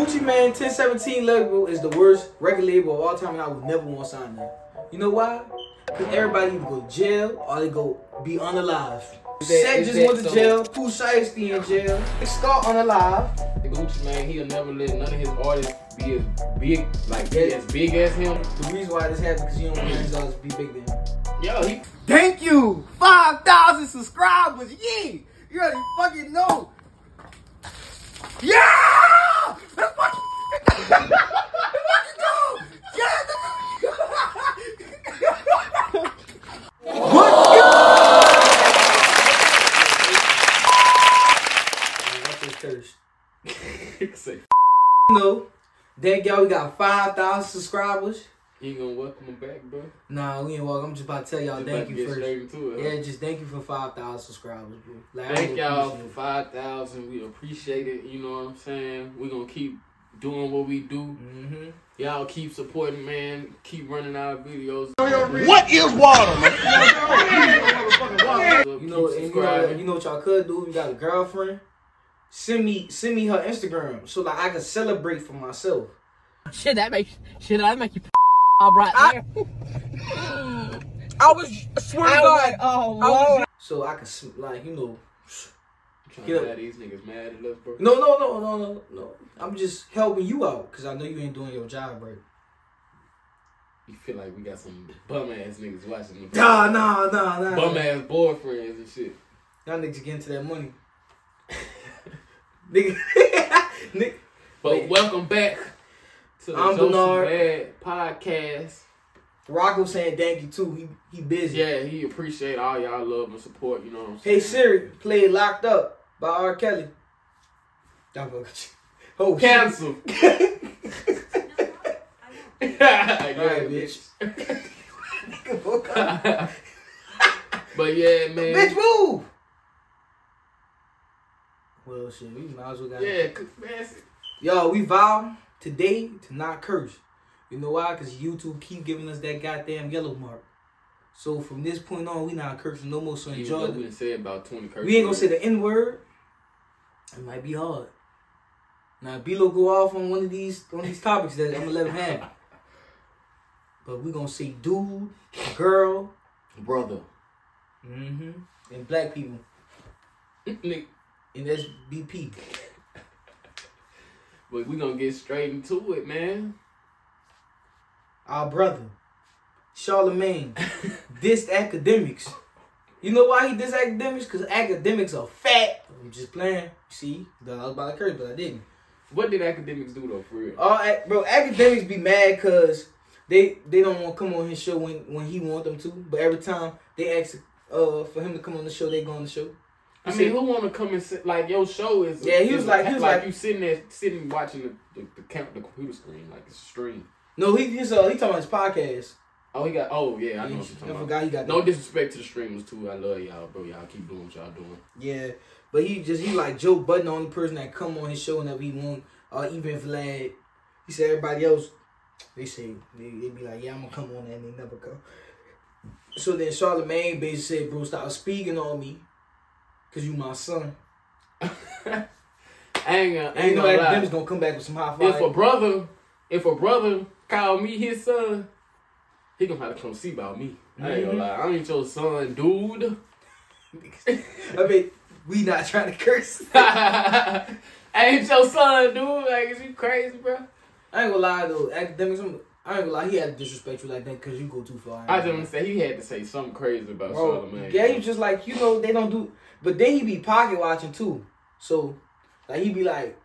man 1017 label is the worst record label of all time, and I would never want to sign there. You know why? Because everybody either go to jail or they go be unalive. Is that- Set is just that went to so? jail. Pooh Shiesty in jail. It's Scar unalive. Gucci man, he'll never let none of his artists be as big, like be Yeah. as big as him. The reason why this happened because you don't want your results to be big then. Yo, he Thank you! 5,000 subscribers! Yeah! You already fucking know! Yeah! Let's fucking, let's fucking go! Yeah! Man, that's just thirst. say No. Thank y'all. We got 5,000 subscribers. he ain't gonna welcome him back, bro. Nah, we ain't welcome. I'm just about to tell y'all Just about thank to you get first. straight into it, huh? Yeah, just thank you for 5,000 subscribers, bro. Like, I Thank really y'all appreciate for it. 5,000. We appreciate it. You know what I'm saying? We're going to keep doing what we do. Mhm. Y'all keep supporting, man. Keep running our videos. What is water, man? You know, and you know, you know what y'all could do. If you got a girlfriend, send me send me her Instagram so like I can celebrate for myself. Shit, that makes shit that make you all right there. I was I swear to I God. was like, oh I was- lord. So I can sm- like you know. Trying you know- to have these niggas mad at us, bro. No, no, no, no, no, no. I'm just helping you out because I know you ain't doing your job right. You feel like we got some bum ass niggas watching the Nah, nah, nah, nah. Bum ass boyfriends and shit. Y'all niggas get into that money. Nigga, nigga. But Wait. welcome back to the I'm Joseph Bernard. Bad podcast. Rocco saying thank you too. He he busy. Yeah, he appreciate all y'all love and support. You know what I'm saying? Hey Siri, play Locked Up by R. Kelly. Don't fuck with you. Oh, shit. Cancel. yeah, Alright, bitch. bitch, but yeah, man. move. Well, shit, we might as well got Yeah, confess it. Yo, we vow today to not curse. You know why? Cause YouTube keep giving us that goddamn yellow mark. So from this point on, we not cursing no more. So Even though enjoy. we The, done said about 20 curses. we ain't gonna say the N word. It might be hard. Now, Bilo go off on one of these on these topics that I'm gonna let him have. But we gonna say dude, girl, Brother. hmm and black people. Nick, And that's BP. but we gonna get straight into it, man. Our brother, Charlemagne, dissed academics. You know why he dissed academics? Because academics are fat. I'm just playing. See, I was about to curse, but I didn't. What did academics do though, for real? All ac- bro, academics be mad because they they don't want to come on his show when when he want them to. But every time they ask uh for him to come on the show, they go on the show. I mean, who wanna come and sit, like your show is? Yeah, he was is like- he was like, like- you sitting there, sitting watching the the, the, count, the computer screen like it's a stream. No, he his uh, he talking about his podcast. Oh, he got. Oh, yeah, I know I, what you're talking about. forgot he got No that. disrespect to the streamers too. I love y'all, bro. Y'all keep doing what y'all doing. Yeah, but he just he like Joe Budden, the only person that come on his show whenever he want, or even Vlad. He said everybody else, they say they, they be like, yeah, I'm gonna come on, and they never come. So then Charlemagne basically said, bro, stop speaking on me, cause you my son. I ain't gonna, I Ain't ain't no gonna lie. academics gonna come back with some high If a five. brother, if a brother call me his son, he gonna have to come see about me. I ain't Mm-hmm. gonna lie. I ain't your son, dude. I mean, we not trying to curse. I ain't your son, dude. Like, is you crazy, bro? I ain't gonna lie though, academics. I'm, I ain't gonna lie, he had to disrespect you like that because you go too far. I just wanna say he had to say something crazy about Bro, Charlamagne. yeah, you just like you know they don't do, but then he be pocket watching too. So, like he be like,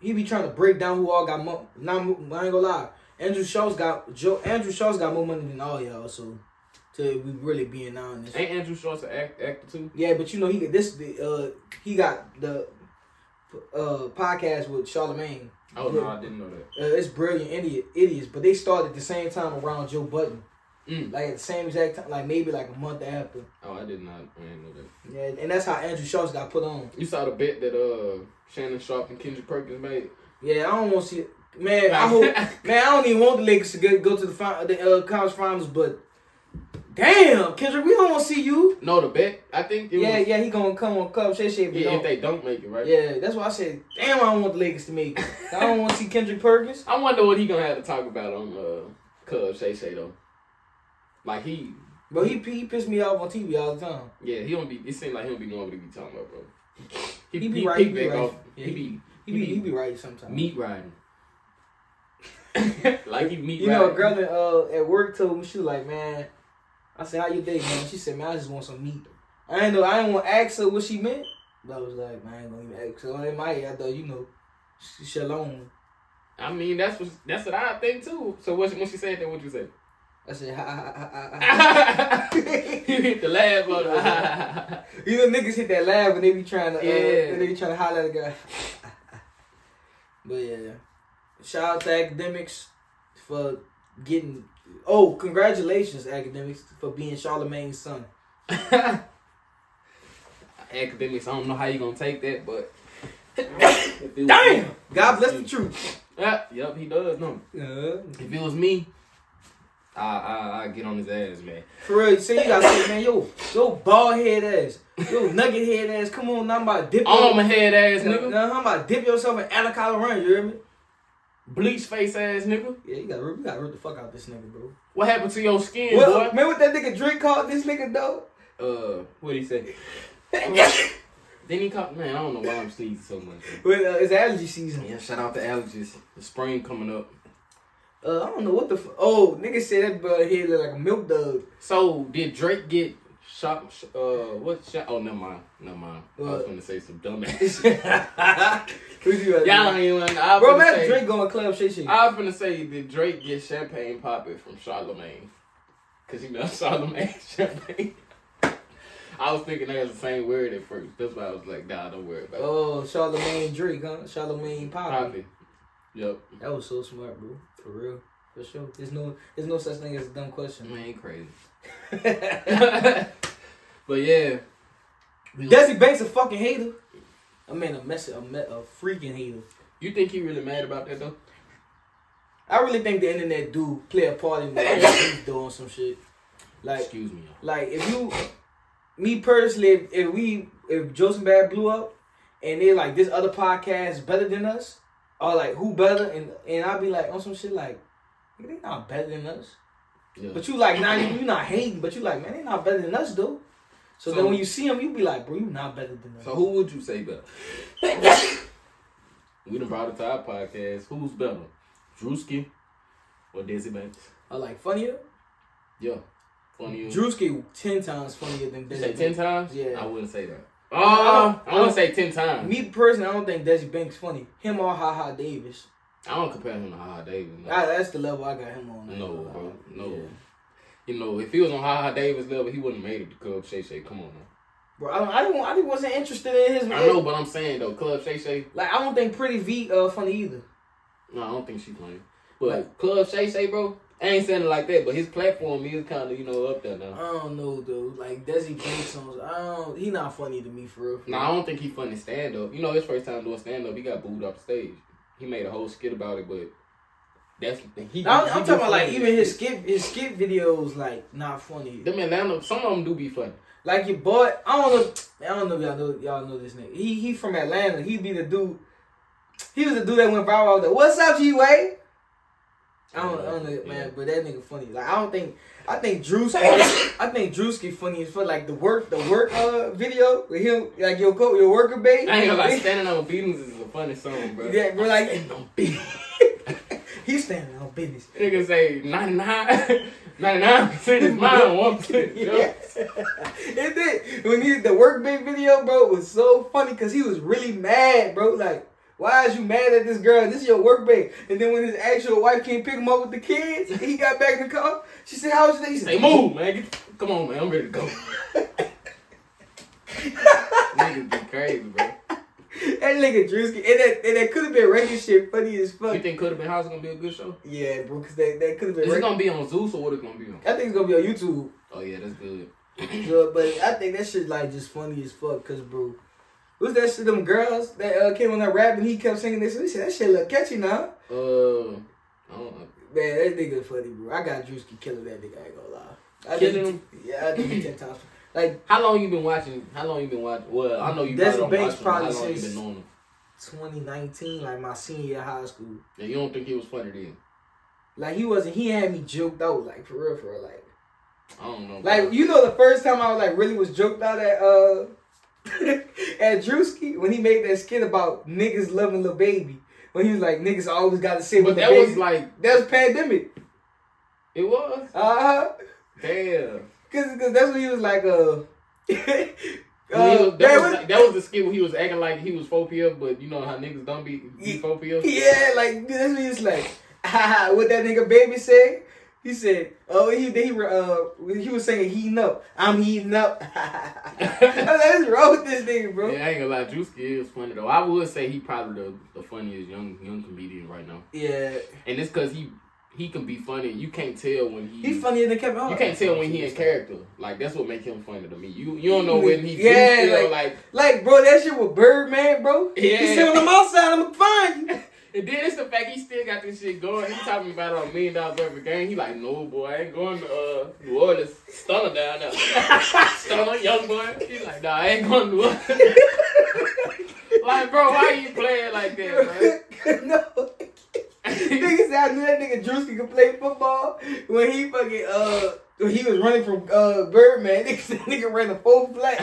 he be trying to break down who all got mo. Not, I ain't gonna lie. Andrew Schultz got Joe. Andrew Schultz got more money than all y'all. So, to we really being honest. Ain't Andrew Schultz an act, actor too? Yeah, but you know he got this. The, uh, he got the uh podcast with Charlemagne. Oh no, I didn't know that. Uh, it's brilliant idiot idiots, but they started at the same time around Joe Button, Mm. like at the same exact time, like maybe like a month after. Oh, I did not. I didn't know that. Yeah, and that's how Andrew Schultz got put on. You saw the bet that uh Shannon Sharp and Kendrick Perkins made. Yeah, I don't want to see. Man, I hope. man, I don't even want the Lakers to go, go to the, fin- the uh, college finals, but Damn, Kendrick, we don't want to see you. No, the bet. I think it Yeah, was, yeah, he gonna come on Cup Shit Shit. but yeah, don't. if they don't make it, right? Yeah, that's why I said, damn, I don't want the Lakers to make it. I don't want to see Kendrick Perkins. I wonder what he gonna have to talk about on uh Cub Shay Shay though. Like he, But he, he pissed me off on TV all the time. yeah, he don't be. It seems like he don't be knowing what he be talking about, bro. He, He be he right, peek he be back right. off. Yeah, he he- be He be, he be right sometimes. meat riding. like he meat. You know, a riding. girl that, uh, at work told me she was like, man. I said, how your day, man? She said, man, I just want some meat. I ain't know. I didn't want to ask her what she meant. But I was like, man, I ain't gonna even ask her. Well, In my head, I thought, you know, she shalom. I mean, that's what that's what I think too. So what, when she said that, what you say? I said, ha ha ha ha ha. you hit the laugh on You know, niggas hit that laugh and they be trying to, uh, Yeah. when they be trying to holler at a guy. but yeah, shout out to academics for getting. Oh, congratulations, academics, for being Charlemagne's son. Academics, I don't know how you gonna take that, but Damn, God bless the truth. Yeah, yep, he does. No, Uh, if it was me, I I I get on his ass, man. for real, so you gotta say, man, yo, yo, bald head ass, yo, nugget head ass. Come on, now I'm about to dip. your- Arm head ass nigga, Now I'm about to dip yourself in Alacala Run. You hear me? bleach face ass nigga. Yeah, you gotta, rip- you gotta rip the fuck out this nigga, bro. What happened to your skin, Well, boy? remember what that nigga Drake called this nigga though? Uh, what he say? then he caught man. I don't know why I'm sneezing so much. Well, uh, it's allergy season. Yeah, shout out to allergies. The spring coming up. Uh, I don't know what the f- oh nigga said that brother here look like a milk dog. So did Drake get shot? sh- Uh, what shot? Oh, never mind, never mind. I was What? gonna say some dumb ass. shit. Who's you at? Y'all ain't even. I was bro, finna man, say, Drake going club shit shit. I was gonna say did Drake get champagne popping from Charlemagne? Cause you know Charlemagne champagne. I was thinking that was the same word at first. That's why I was like, nah, don't worry about it. oh, Charlemagne Drake, huh? Charlemagne Poppy. Popping. Yep. That was so smart, bro. For real, for sure. There's no, there's no such thing as a dumb question. Man, crazy. Mm. Desi but yeah. We- Banks a fucking hater. I mean, a mess, a, me- a freaking hater. You think he really mad about that though? I really think the internet do play a part in what he's doing some shit. Like, Excuse me. Like if you, me personally, if, if we if Joseph Bad blew up, and they like this other podcast is better than us, or like who better, and and I'll be like on some shit like, "Nigga, they not better than us. Yeah. But you like not you not hating, but you like man, they not better than us though. So, So- then when you see them, you be like, bro, you not better than us. So who would you say better? we done brought it to our podcast. Who's better, Drewski or Desi Banks? Or like funnier, Yeah, funny. Drewski ten times funnier than you say Desi. ten Banks. times? Yeah. I wouldn't say that. I Oh, don't- I wouldn't say ten times. Me personally, I don't think Desi Banks funny. Him or Ha Ha Davis. I don't compare him to Ha Ha Davis. No, I, that's the level I got him on. no, bro, no. Yeah. You know, if he was on Ha Ha Davis level, he wouldn't have made it to Club Shay Shay. Come on, now. Bro, I don't, I didn't, I didn't wasn't interested in his. I know, but I'm saying though, Club Shay Shay. Like I don't think Pretty V uh funny either. No, I don't think she playing. But Club Shay Shay, bro, I ain't saying it like that. But his platform is kind of you know up there now. I don't know though. Like Desi Banks songs, I don't. He not funny to me for real. No, I don't think he funny stand up. You know, his first time doing stand up, he got booed off stage. He made a whole skit about it, but that's the thing. He, Now, I'm, he I'm do talking about like funny even his shit. skip his skip videos like not funny. Them Atlanta, some of them do be funny. Like your boy, I don't know. I don't know if y'all know y'all know this nigga. He he from Atlanta. He be the dude. He was the dude that went viral. That what's up, G Way? I don't, I don't know, man. But that nigga funny. Like I don't think I think Drewski. I think Drewski funny as fuck. Like the work the work uh video with him like your co your worker babe. I ain't gonna lie, standing on beatings is a funny song, bro. Yeah, bro, like- standing on beatings. He's standing on business. Nigga say 99, 99% is mine, one percent. Yeah. and then when he did the work big video, bro, it was so funny because he was really mad, bro. Like, why is you mad at this girl? This is your work babe. And then when his actual wife came pick him up with the kids, he got back in the car. She said, "How was your day?" He said, Say move, man. Get, come on, man. I'm ready to go. Niggas be crazy, bro. That nigga Drewski, and that and that could have been regular shit, funny as You fuck. think Could Have Been House is gonna be a good show? Yeah, bro, because that that could have been. Is it Reg- gonna be on Zeus or what it gonna be on? I think it's gonna be on YouTube, Oh yeah, that's good. bro, but I think that shit like just funny as fuck, cause bro. What's that shit? Them girls that uh, came on that rap and he kept singing this. He said that shit look catchy now. Uh, I don't know. Man, that nigga funny, bro. I got Drewski killing that nigga. I ain't gonna lie. I Killing did, Yeah, I did ten times. Like How long you been watching? How long you been watching? Well, I know you That's probably don't based watch him. How probably long you since- been knowing him? 2019, like my senior year of high school. Yeah, you don't think he was funny then? Like he wasn't. He had me joked out, like for real, for real, like. I don't know. Like you know, the first time I was like really was joked out at uh at Drewski when he made that skit about niggas loving little baby. When he was like niggas always got to say what but the that was baby- like that was pandemic. it was. Uh huh. Damn. Cause, cause that's when he was like uh. When he uh, was- man, that, was, what- like- that was the skit where he was acting like he was 4PL, but you know how niggas don't be, be Yeah. 4PL? Yeah, like that's what he's like. "Ah, what that nigga baby say? He said, "Oh, he he were, uh when he was saying heating up. I'm heating up. That's wrong with this nigga, bro. Yeah, I ain't gonna lie, Drewski is funny though. I would say he probably the, the funniest young young comedian right now, Yeah, and it's cause he he can be funny. You can't tell when he, he funnier than Kevin Hart. you can't tell when he in character. Like that's what makes him funny to me. You you don't know when he Yeah, do like- feel like. Like, bro, that shit with Birdman, bro. Yeah. You see when I'm outside, I'ma find you. And then it's the fact he still got this shit going. He talking about a million dollars worth of game. He like, no boy, I ain't going to uh, New Orleans. Stunner down there. Stunner, young boy. He like, nah, I ain't going to New Orleans. like, bro, why you playing like that, man? no. Niggas out knew that nigga Drewski could play football when he fucking uh when he was running from uh Birdman. Niggas, that nigga ran a full flat.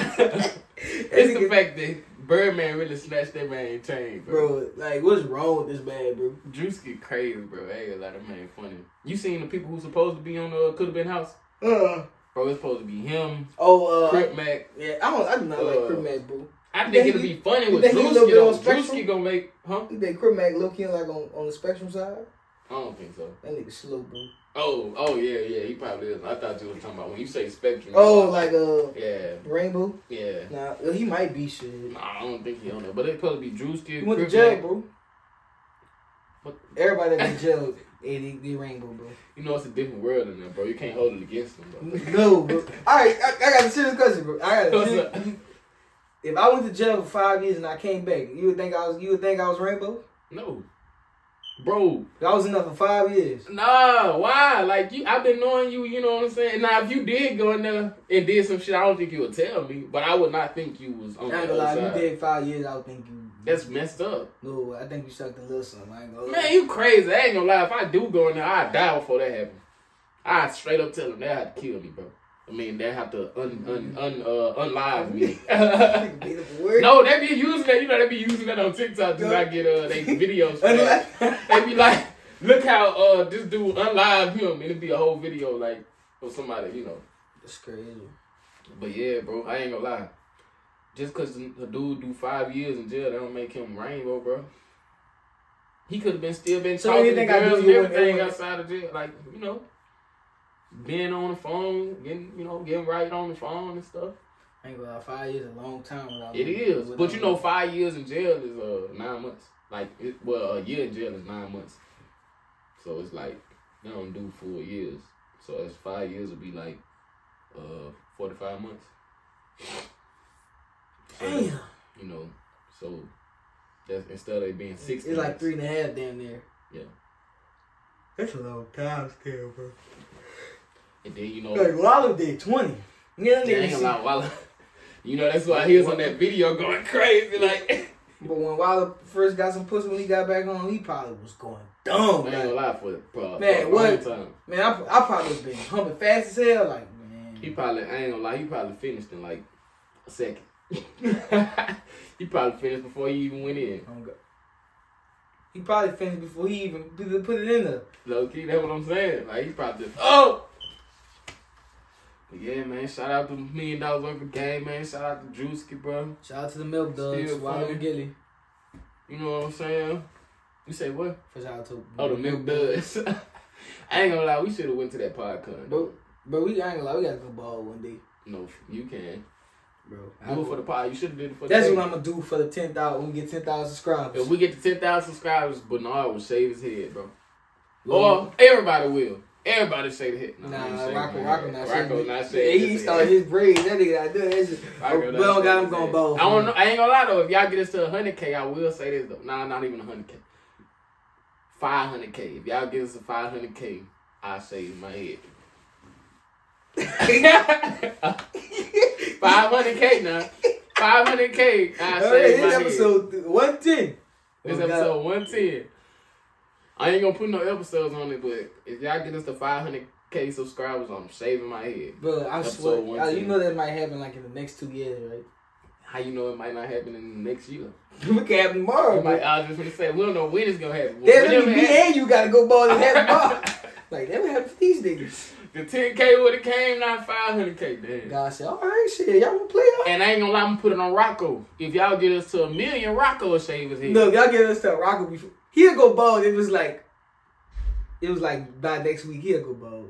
It's the fact that Birdman really snatched that man chain, bro. bro. Like, what's wrong with this man, bro? Drewski crazy, bro. Hey, like that man funny. You seen the people who supposed to be on the Could Have Been House? Uh, Bro, it's supposed to be him, oh, uh, Crip Mac. yeah, I don't, I do not like Uh, Crip Mac, bro. I You think think it'll he- be funny you with think he a little Drewski bit on though. spectrum? Drewski gonna make, huh? You think Crip Mac low key like on, on the spectrum side? I don't think so. That nigga slow, bro. Oh, oh yeah, yeah, he probably is. I thought you were talking about when you say spectrum. Oh, like uh yeah, Rainbow. yeah. Nah, well, he might be shit. Nah, I don't think he on there, but it probably be Drewski. He went to Crip jail, Mac. bro. What? Everybody that in jail, yeah, they, they Rainbow, bro. You know it's a different world in there, bro. You can't hold it against him, bro. No, bro. All right, I, I got a serious question, bro. I got a What's serious, up? If I went to jail for five years and I came back, you would think I was you would think I was Rainbow. No, bro. I was in there for five years. Nah, why? Like you, I've been knowing you. You know what I'm saying. Now, if you did go in there and did some shit, I don't think you would tell me. But I would not think you was I on ain't the gonna other lie, if side. you did five years, I would think you. That's messed up, No, I think you sucked a little something. I ain't gonna lie. man. You crazy? I ain't gonna lie. If I do go in there, I die before that happens. I straight up tell them they have to kill me, bro. I mean, they have to un un un uh, unlive me. Nigga beat up a word. no, they be using that. You know, they be using that on TikTok. Do I get uh they videos? for that. they be like, look how uh this dude unlive him, and it'd be a whole video like of somebody, you know. That's crazy. But yeah, bro, I ain't gonna lie. Just cause a dude do five years in jail, that don't make him rainbow, bro. He could have been still been So talking to anything I do, girls and you wouldn't- everything you wouldn't- outside of jail, like you know, being on the phone, getting you know, getting right on the phone and stuff. I ain't gonna lie, five years is a long time without. It is, without- but you know, five years in jail is uh nine months. Like, it, well, a year in jail is nine months. So it's like they don't do four years. So that's five years would be like uh forty five months. So, Damn. You know, so that's instead of it being six. It's like three and a half down there. Yeah. That's a long time still, bro. And then you know, Like Lalo did twenty. Yeah, they nigga. Oh. ain't see- allowed while. You know that's why he was on that video going crazy like. But when Wilder first got some pussy when he got back on, he probably was going dumb. I ain't gonna Like, lie for it, bro. Man, for a what? long Time. man, I, I probably been humping fast as hell. Like, He man, probably, I ain't gonna lie, he probably finished in like a second. he probably finished before he even went in. I'm go- he probably finished before he even put put it in there. Low key, that's what I'm saying. Like, he probably just, oh! But yeah, man, shout out to Million Dollar Worth of Game, man. Shout out to Drewski, bro. Shout out to the milk duds, Still Wilder funny. and Gilly. You know what I'm saying? You say what? Shout out to Oh, the milk does. I ain't gonna lie, we should have went to that podcast. But but we I ain't gonna lie, we gotta go ball one day, No, you can. bro. Do it for the pod. You should have did it for That's the what I'm gonna do for the ten thousand. When we get ten thousand subscribers. If we get to 10,000 subscribers, Bernard will shave his head, bro. Lord. Or everybody will. Everybody shave his head. No, I ain't Nah, shaving Rocco, my Rocco head. not Rocco saying. not that. shaving Yeah, he his started head. his braids. That nigga, I do that. shit. Rocco We not don't got shaving him his going head. bald. I don't know. I ain't gonna lie though. If y'all get us to 100k, I will say this though. Nah, not even 100k. 500k. If y'all get us to 500k, I shave my head. Five hundred K now. Five hundred K. I All right, saved this my head. episode one ten. This Oh, episode one ten. I ain't gonna put no episodes on it, but if y'all get us to five hundred K subscribers, I'm shaving my head. Bro, I Episode swear, uh, 110. you know that might happen like in the next two years, right? How you know it might not happen in the next year? Look at happen tomorrow. It might, bro. I was just gonna say we don't know when it's gonna happen. but Damn, whenever let it me be happens- and you gotta go ball in that ball. Like that would happen for these niggas. The 10K would have came, not 500K. Damn. God said, all right, shit, y'all wanna play? All right. And I ain't gonna lie, I'm gonna put it on Rocco. If y'all get us to a million, Rocco will shave his head. No, y'all get us that rocker before he'll go bald. It was like, it was like by next week he'll go bald.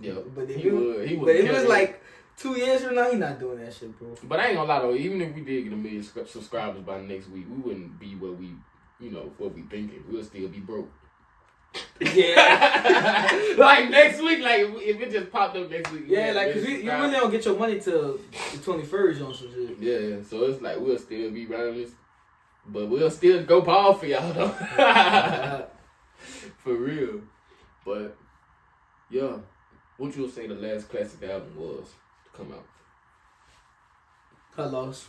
Yeah, But if he it, would. He would. but it kill was it. like two years from now, he not doing that shit, bro. But I ain't gonna lie though, even if we did get a million sc- subscribers by next week, we wouldn't be what we, you know, what we thinking. We'll still be broke. Yeah, like next week, like if if it just popped up next week. we yeah, had like a 'cause you, million you really don't get your money till the twenty first on some shit. subscribers. Yeah, so it's like we'll still be running this, but we'll still go ball for y'all though. For real. But yeah. What you would say the last classic album was to come out? Cut loss.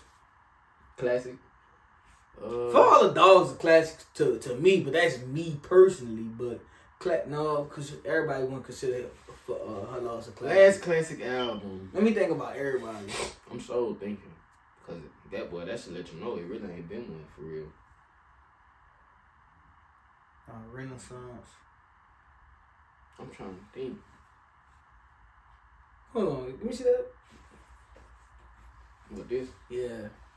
Classic? Uh, For all the dogs, are classics to to me, but that's me personally. But cla- no, cause everybody wouldn't consider it for uh, her loss a classic. Last classic album. Let me think about everybody. I'm so thinking. Cause that boy, that should let you know it really ain't been one for real. Uh, Renaissance. I'm trying to think. Hold on, let me see that. What this? Yeah,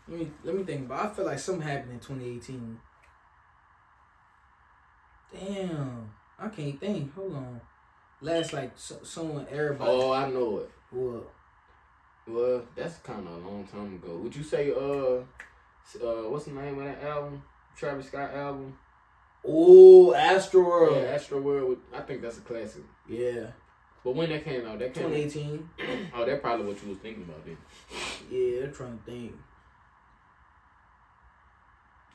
let me let me think. But I feel like something happened in 2018. Damn, I can't think. Hold on. Last like so, someone everybody. Oh, I know it. What? Well, that's kind of a long time ago. Would you say uh, s- uh, what's the name of that album? Travis Scott album? Oh, Astro World. Yeah, Astro World. I think that's a classic. yeah. But when that came out, that came. out- 2018. Oh, that's probably what you was thinking about then. Yeah, I'm trying to think.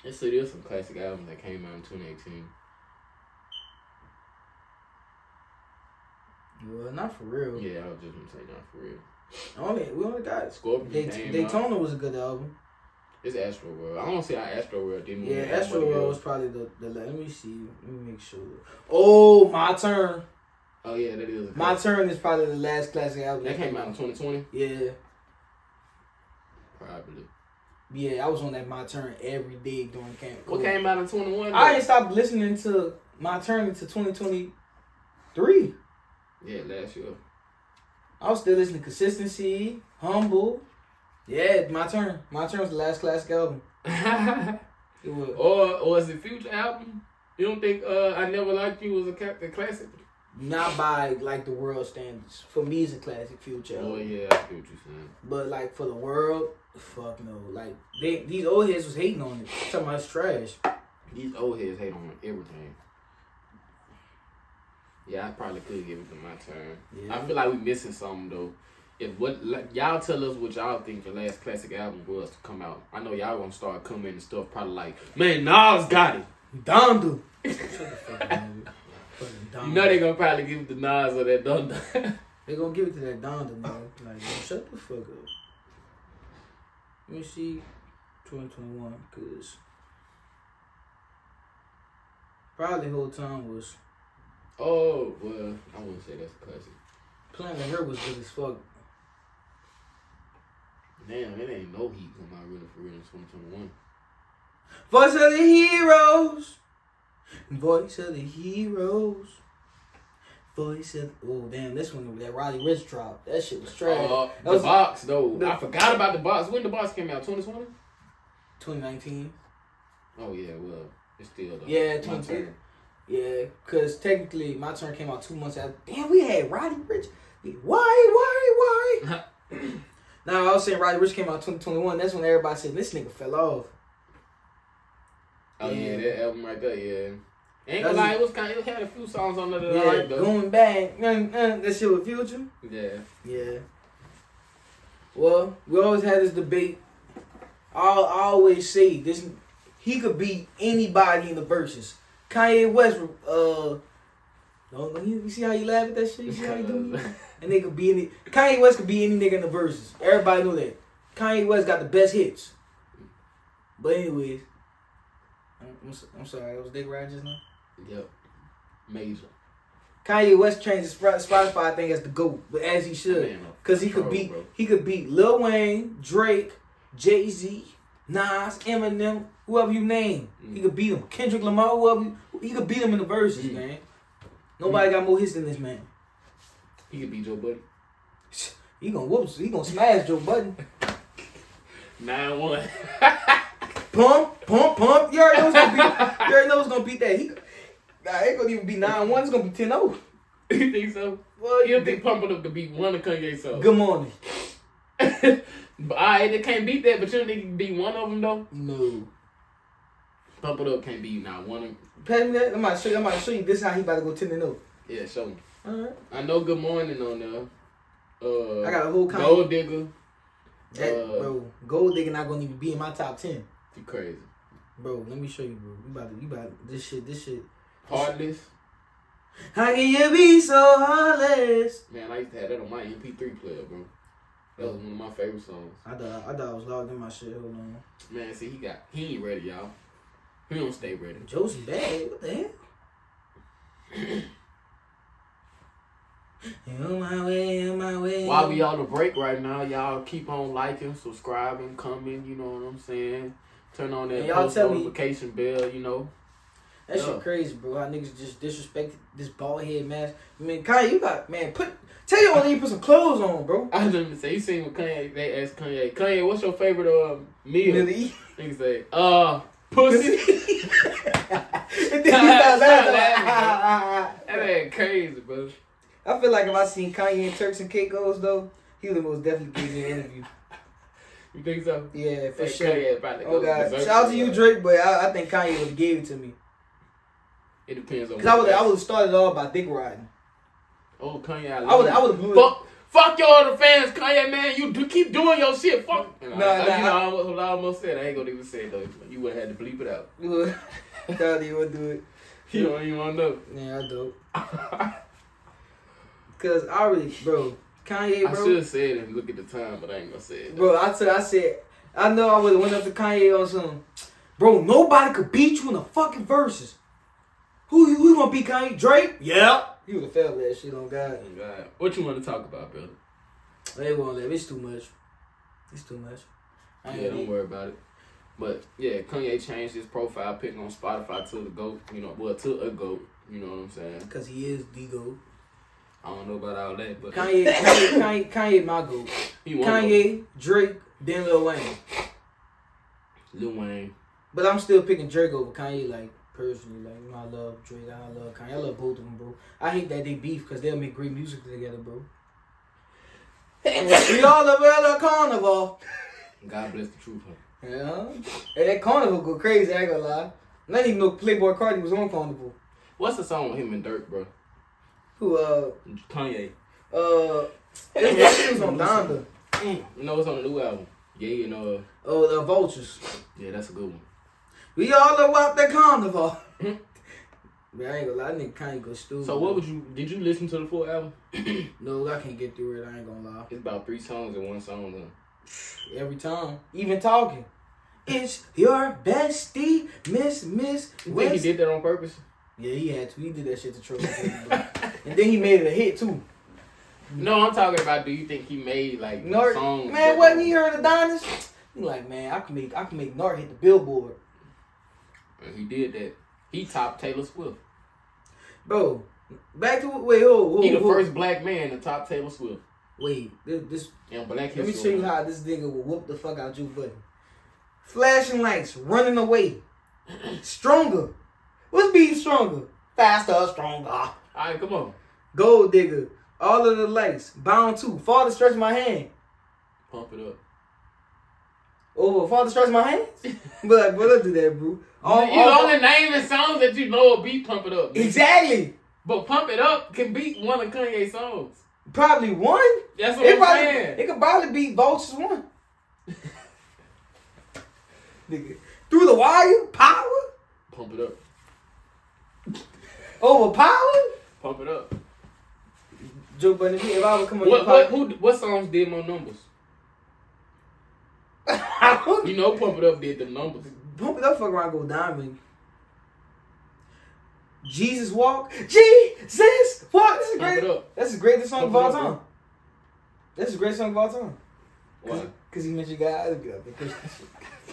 And so there's some classic albums that came out in 2018. Well, not for real. Yeah, I was just gonna say not for real. Only we only got Scorpion Dayt- came out. Daytona was a good album. It's Astro World. I don't see how Astro World didn't. Yeah, win that Astro one, but World yeah. was probably the, the. la- Let me see. Let me make sure. Oh, my turn. Oh yeah, that is. a My classic. turn is probably the last classic album That came out in 2020. Yeah, Probably. yeah. I was on that my turn every day during camp. What came out in 21? I didn't stop listening to my turn until 2023. Yeah, last year. I was still listening to consistency, humble. Yeah, my turn. My turn was the last classic album. It was. or or was it Future album? You don't think uh I Never Liked You was a, ca- a classic? Not by like the world standards. For me, it's a classic future. Oh album. yeah, I see what you saying. But like for the world, fuck no. Like they, these old heads was hating on it. Talking about it's trash. These old heads hate on everything. Yeah, I probably could give it to my turn. Yeah. I feel like we missing something though. If what like, y'all tell us what y'all think the last classic album was to come out, I know y'all gonna start coming and stuff. Probably like, man, Nas got it. Dondu. Shut the fuck up, nigga. Fucking You Donda. know they gonna probably give it to Nas or that Donda. They gonna give it to that Donda, man. Like, yo, shut the fuck up. Let me see, 2021, cause probably the whole time was oh well, I wouldn't say that's a classic. Planet Her was good as fuck. Damn, it ain't no heat come out really for real in 2021. Voice of the heroes, voice of the heroes, voice of oh damn, this one that Roddy Rich dropped. That shit was trash. Uh, that the was box though. the- I forgot about the box. When the box came out, 2020. 2019. Oh yeah, well, it's still the Yeah, my 20. turn. Yeah, cause technically my turn came out two months after. Damn, we had Roddy Rich. Why, why, why? now I was saying Roddy Rich came out twenty twenty one. That's when everybody said this nigga fell off. Oh yeah. Yeah. that album right there. Yeah, ain't That's- gonna lie, it was kind. Of, it had a few songs on there that I Yeah, like though. going back. mm, mm, that shit with Future. Yeah, Yeah. Well, we always had this debate. I'll I always say this: he could beat anybody in the verses. Kanye West uh Don't, don't you, you see how you laugh at that shit? You see how you do? And they could be any Kanye West could be any nigga in the verses. Everybody know that. Kanye West got the best hits. But anyways, I'm, I'm, so- I'm sorry, I was dick right just now. Yep. Major. Kanye West changed his Spot- Spotify thing as the goat, but as he should, Man, uh, because he could bro, beat bro. he could beat Lil Wayne, Drake, Jay Z, Nas, Eminem, whoever you name, he could beat him. Kendrick Lamar, whoever you- he could beat him in the verses, Mm. man. Nobody got more hits than this man. He could be Joe Buddy. He gonna whoop, he gonna smash Joe Budden. Nine one. Pump, pump, pump. You already know it's gonna beat. You already know it's gonna beat that. He, nah, it ain't gonna even be nine one. It's gonna be oh. 10-0. you think so? Well, You don't think Pump It Up could beat one of Kanye songs? Good morning. But, all right, they can't beat that. But you don't think it can beat one of them though? No. Pump It Up can't beat not one of. Them. Pass me that. I'm gonna show you. I'm gonna show you this how he about to go ten and oh. zero. Yeah, show me. All right. I know Good Morning on there. Uh, I got a whole kind. Gold Digger. That, Uh, bro, gold digger not gonna even be in my top ten. You crazy. Bro, let me show you, bro. You about to, you about to, this shit, this shit. Heartless. How can you be so heartless? Man, I used to have that on my MP3 player, bro. That was one of my favorite songs. I thought, I thought I was logged in my shit. Hold on. Man, see, he got he ain't ready, y'all. He don't stay ready. Josie bad. What the hell? You on my way, on my way. While we on the break right now, y'all keep on liking, subscribing, coming. You know what I'm saying? Turn on that And y'all post tell me- notification bell. You know. That shit Yeah. crazy, bro. How niggas just disrespected this bald head mask. I mean, Kanye, you got man, put tell your own you put some clothes on, bro. I was gonna say you seen what Kanye? They asked Kanye, Kanye, what's your favorite uh, meal? Really? Nigga say, uh, pussy. And then he started laughing. that ain't crazy, bro. I feel like if I seen Kanye and Turks and Caicos though, he would most definitely give me an interview. You think so? Yeah, for That sure. Kanye probably Oh goes god, berserk, shout out to you, bro. Drake, but I, I think Kanye would gave it to me. It depends on. Cause I what would I that- would have started all by dick riding. Oh Kanye, I, I love would I you. would have blew it. Fuck, fuck your other fans, Kanye man. You do keep doing your shit. Fuck. Nah, Nah, You nah, know, I almost, I almost said it. I ain't gonna even say it though. You would have had to bleep it out. You would- Kanye would do it. You don't even want to know. Yeah, I do. Cause I really, bro, Kanye, I bro. should have said it and look at the time, but I ain't gonna say it. Bro, I said, I said, I know I would have went up to Kanye on some, bro. Nobody could beat you in the fucking verses. Who you, who you gonna beat, Kanye? Drake? Yeah. He would have failed that shit on God. Oh, God. What you want to talk about, brother? They won't let. It's too much. It's too much. I ain't Yeah, don't even- worry about it. But yeah, Kanye changed his profile pic on Spotify to the goat. You know, well to a goat. You know what I'm saying? Cause he is the goat. I don't know about all that, but Kanye, Kanye, Kanye, Kanye, my goat. he one goat. Kanye, Drake, then Lil Wayne. Lil Wayne. But I'm still picking Drake over Kanye, like personally. Like, you know, I love Drake, I love Kanye, I love both of them, bro. I hate that they beef because they'll make great music together, bro. we all love LL Carnival. God bless the truth. Huh? Yeah. Hey, that carnival go crazy, I ain't gonna lie. I didn't even know Playboy Cardi was on carnival. What's the song with him and Dirk, bro? Who uh Kanye. uh it was, it was on Donda. You know what's on the new album? Yeah, and uh, Oh the vultures. yeah, that's a good one. We all about the carnival. Man, I ain't gonna lie, that nigga Kanye go stupid. Hmm? So what would you? Did you listen to the full album? No, I can't get through it, I ain't gonna lie. It's about three songs and one song. Though. every time, even talking. It's your bestie, Miss Miss You think he West. did that on purpose? Yeah, he had to. He did that shit to troll, people, bro. and then he made it a hit too. No, I'm talking about. Do you think he made like Nor, the songs? man, that- wasn't he heard Adonis? He like, man, I can make I can make Nart hit the Billboard, He did that. He topped Taylor Swift. bro. Back to wait, oh, whoa, He the whoa. first black man to top Taylor Swift. Wait, this, this And black let me history. show you how this nigga will whoop the fuck out you, buddy. Flashing lights, running away, stronger. What's being stronger? Faster, stronger. All right, come on. Gold Digger, All of the Lights, Bound 2, Father Stretch My Hand. Pump it up. Oh, Father Stretch My Hand? but, but don't do that, bro. All, you all- only naming songs that you know will beat Pump It Up. nigga. exactly. But Pump It Up can beat one of Kanye's songs. Probably one. That's what It, I'm probably, saying. it could probably be Vultures 1. Nigga. Through the Wire, Power, Pump It Up. Overpower, Pump it up. Joe Budden, if he- if I would come on What your what pod- who what songs did more numbers? I don't- You know, Pump It Up did the numbers. Pump it up, fuck around, go diamond. Jesus walk, Jesus walk. This is Pump it great. up. That's the greatest song of Pump it all up, time. bro. That's the greatest song of all time. Why? Cause he mentioned God. I'll get up there.